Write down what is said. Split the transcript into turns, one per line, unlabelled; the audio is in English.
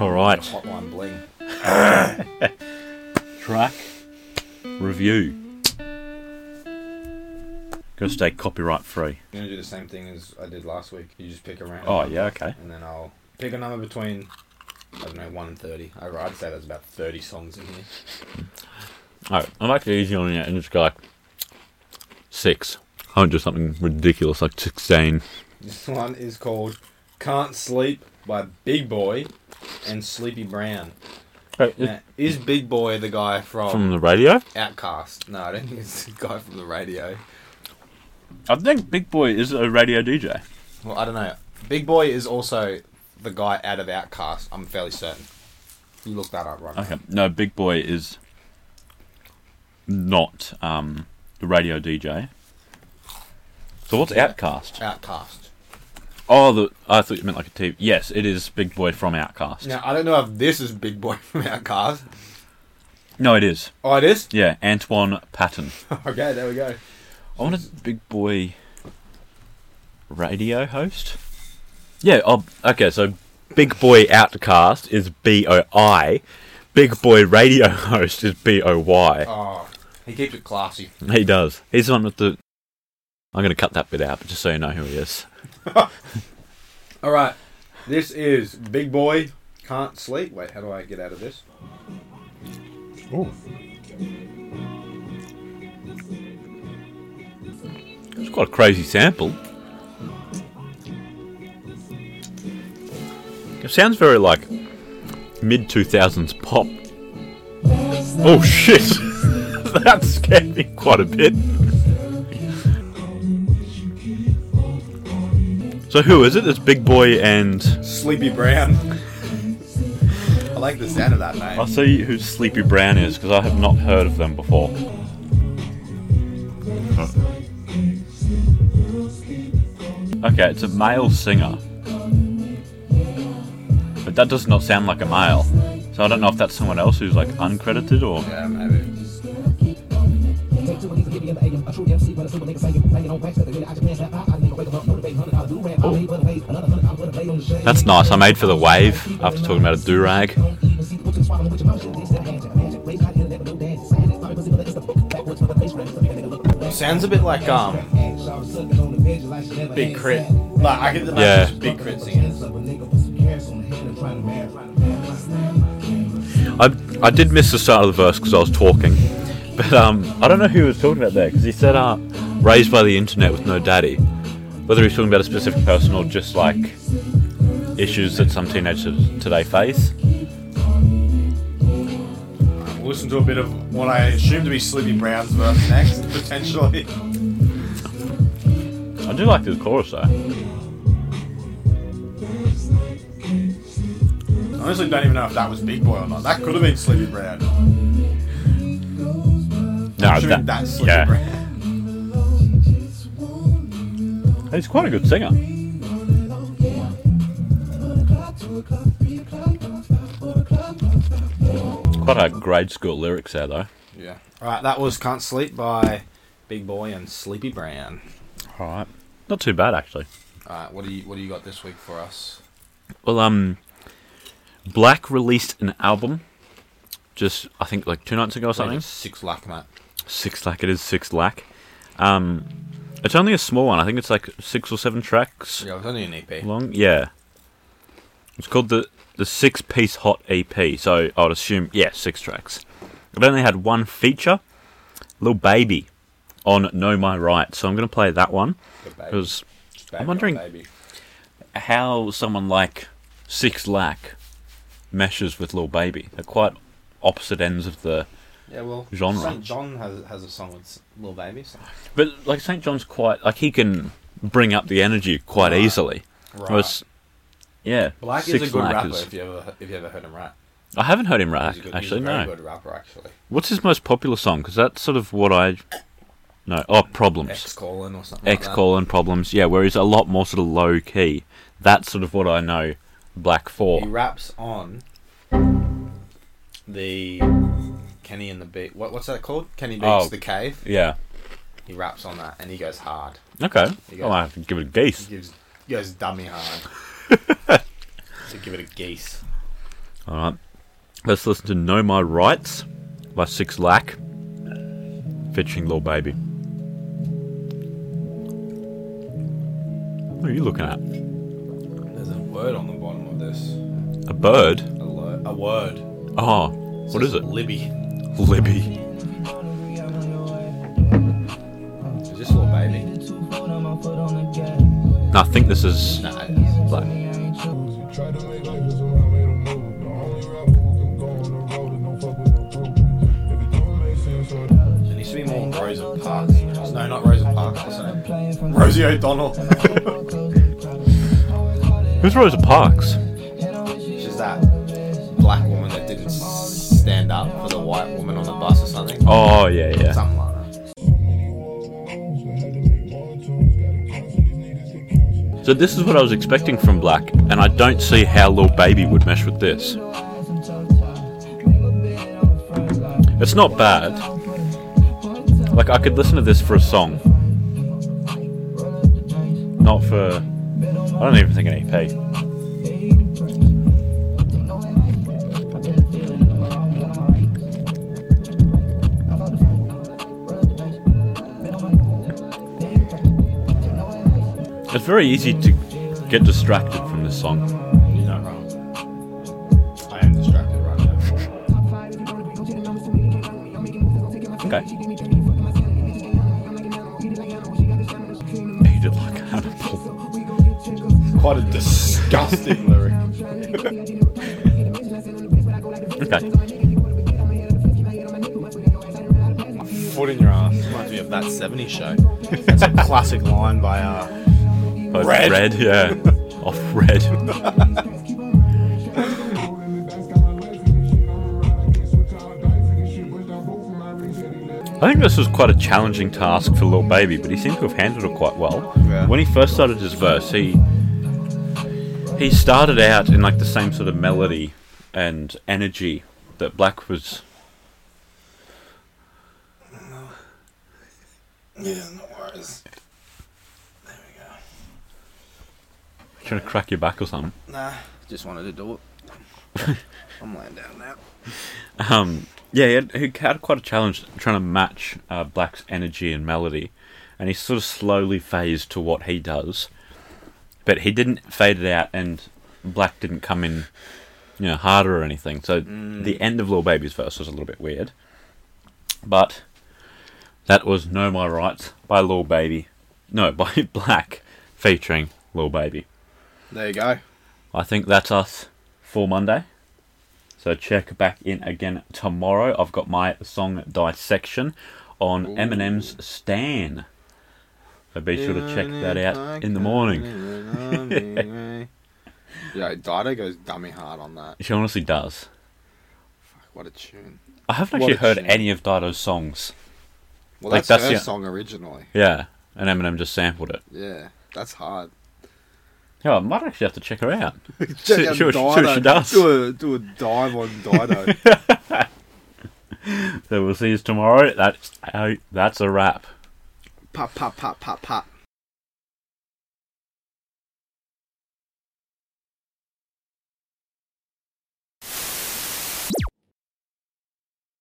All right.
Hotline bling.
Track review. Gonna stay copyright free.
I'm gonna do the same thing as I did last week. You just pick a random.
Oh yeah, okay.
And then I'll pick a number between I don't know one and thirty. I- I'd say there's about thirty songs in here.
All right, I'm actually easy on it, and it's like six. I won't do something ridiculous like sixteen.
This one is called "Can't Sleep" by Big Boy and Sleepy Brown.
Uh,
Now, is Big Boy the guy from,
From the radio,
Outcast? No, I don't think it's the guy from the radio.
I think Big Boy is a radio DJ.
Well, I don't know. Big Boy is also the guy out of Outcast. I'm fairly certain. You look that up, right? now.
Okay, no, Big Boy is not um, the radio DJ. So what's Outcast?
Outcast.
Oh, the, I thought you meant like a TV. Yes, it is Big Boy from Outcast.
Now I don't know if this is Big Boy from Outcast.
No, it is.
Oh, it is.
Yeah, Antoine Patton.
okay, there we go.
I want a big boy radio host. Yeah. Oh, okay. So, big boy outcast is B O I. Big boy radio host is B O Y.
Oh, he keeps it classy.
He does. He's the one with the. I'm going to cut that bit out, but just so you know who he is.
All right, this is Big Boy Can't Sleep. Wait, how do I get out of this?
Oh. It's quite a crazy sample. It sounds very like mid 2000s pop. Oh shit! that scared me quite a bit. So, who is it? It's Big Boy and.
Sleepy Brown. I like the sound of that
I'll
name.
see who Sleepy Brown is because I have not heard of them before. Okay, it's a male singer. But that does not sound like a male. So I don't know if that's someone else who's like uncredited or.
Yeah, maybe.
That's nice. I made for the wave after talking about a do rag.
Sounds a bit like um Big Crit. Like I could imagine
Yeah.
just Big Crit singing.
I, I did miss the start of the verse because I was talking. But um, I don't know who he was talking about there because he said, uh, raised by the internet with no daddy. Whether he's talking about a specific person or just like issues that some teenagers today face.
We'll listen to a bit of what I assume to be Sleepy Brown's verse next, potentially.
I do like this chorus though.
Honestly, don't even know if that was Big Boy or not. That could have been Sleepy Brown.
No,
Assuming
that,
that's Sleepy
yeah.
Brown.
He's quite a good singer. Quite a grade school lyrics there though.
Yeah. All right, that was Can't Sleep by Big Boy and Sleepy Brown.
Alright. Not too bad actually.
All right, what do you what do you got this week for us?
Well, um, Black released an album just, I think, like two nights ago or something.
Wait, Six lakh, mate.
Six Lack, it is Six Lack. Um, it's only a small one. I think it's like six or seven tracks
Yeah, it was only an E EP.
long. Yeah. It's called the, the Six Piece Hot EP. So I would assume, yeah, six tracks. It only had one feature, Little Baby, on Know My Right. So I'm going to play that one.
Good baby.
Because
Just baby
I'm
on
wondering-
baby.
how someone like Six Lack meshes with Lil Baby. They're quite opposite ends of the.
Yeah, well,
Genre.
Saint John has has a song with Little Baby. So.
But like St. John's, quite like he can bring up the energy quite
Right.
easily. Whereas, yeah,
Black
Six
is a good
Lack
rapper.
is-
If you ever if you ever heard him rap,
I haven't heard him
he's
rap
a good,
actually.
he's a very
No.
good rapper actually.
What's his most popular song? Because that's sort of what I. No. Oh,
X
problems.
Colin or something.
X
like that.
call and problems. Yeah, where he's a lot more sort of low key. That's sort of what I know. Black
He
Four.
raps on the Kenny and the Beat. What, what's that called? Kenny Beats
Oh.
the Cave.
Yeah.
He raps on that and he goes hard.
Okay. I
You go.
might have to give it a
He
geese.
gives he goes dummy hard. so give it a geese.
All right. Let's listen to Know My Rights by Six Lack featuring Lil Baby. What are you looking at?
There's a word on the bottom of this.
A bird?
A, lo- a word.
Oh, what is
says
it?
Libby.
Libby.
Is this little baby?
No, I think this is
Nah. it is.
like
Try to make labels when I made a move. The only rapper who can go on the road and don't fuck with no group. If it don't make sense, or
There needs to be more Rosa Parks. No, not Rosa Parks. What's her name? Rosie O'Donnell.
Who's Rosa Parks?
She's that black woman that didn't s- stand up for the white woman on the bus or something.
Oh yeah, yeah.
Something like that.
so many wars rooms, I had to make more tunes. Gotta cancel these niggas to cancel.
So this is what I was expecting from Black, and I don't see how Lil Baby would mesh with this. It's not bad. Like I could listen to this for a song. Not for I don't even think an EP. It's very easy to get distracted from this song.
You're not wrong. I am distracted right now.
Okay. Eat it like Hannibal.
Quite a disgusting lyric.
Okay.
Foot in your ass. Reminds me of that 70s show. That's a classic line by uh,
Both
Red.
red yeah. Off red.
Roll in the dice, got my legs in this shit. I'm a ride, I can't switch out dice in this shit. Push down both of my rings, and he let me-
I think this was quite a challenging task for Lil Baby, but he seemed to have handled it quite well.
Yeah.
When he first started his verse, he he started out in like the same sort of melody and energy that Black was.
Yeah, no worries. There we
Trying to crack your back or something.
go. Nah, just wanted to do it. I'm laying down now.
Um, yeah, he had, he had quite a challenge trying to match uh, Black's energy and melody, and he sort of slowly phased to what he does, but he didn't fade it out, and Black didn't come in, you know, harder or anything. So the end of Lil Baby's verse was a little bit weird, but that was "Know My Rights" by Lil Baby, no, by Black featuring Lil Baby.
There you go.
I think that's us for Monday. So check back in again tomorrow. I've got my song dissection on Eminem's Stan. So be sure to check that out in the morning.
morning. yeah, Dido goes dummy hard on that.
She honestly does.
Fuck, what a tune.
I haven't
What
actually
a
heard
shame.
any of Dido's songs.
Well,
Like,
that's,
that's
her
the-
song originally.
Yeah, and Eminem just sampled it.
Yeah, that's hard.
Yeah, I might actually have to check her out.
Check
See-
out
see what she- see what
Dido.
she does.
Do a, do a dive on Dido.
So we'll see you tomorrow. That's, that's a wrap.
pop, pop, pop, pop, pop.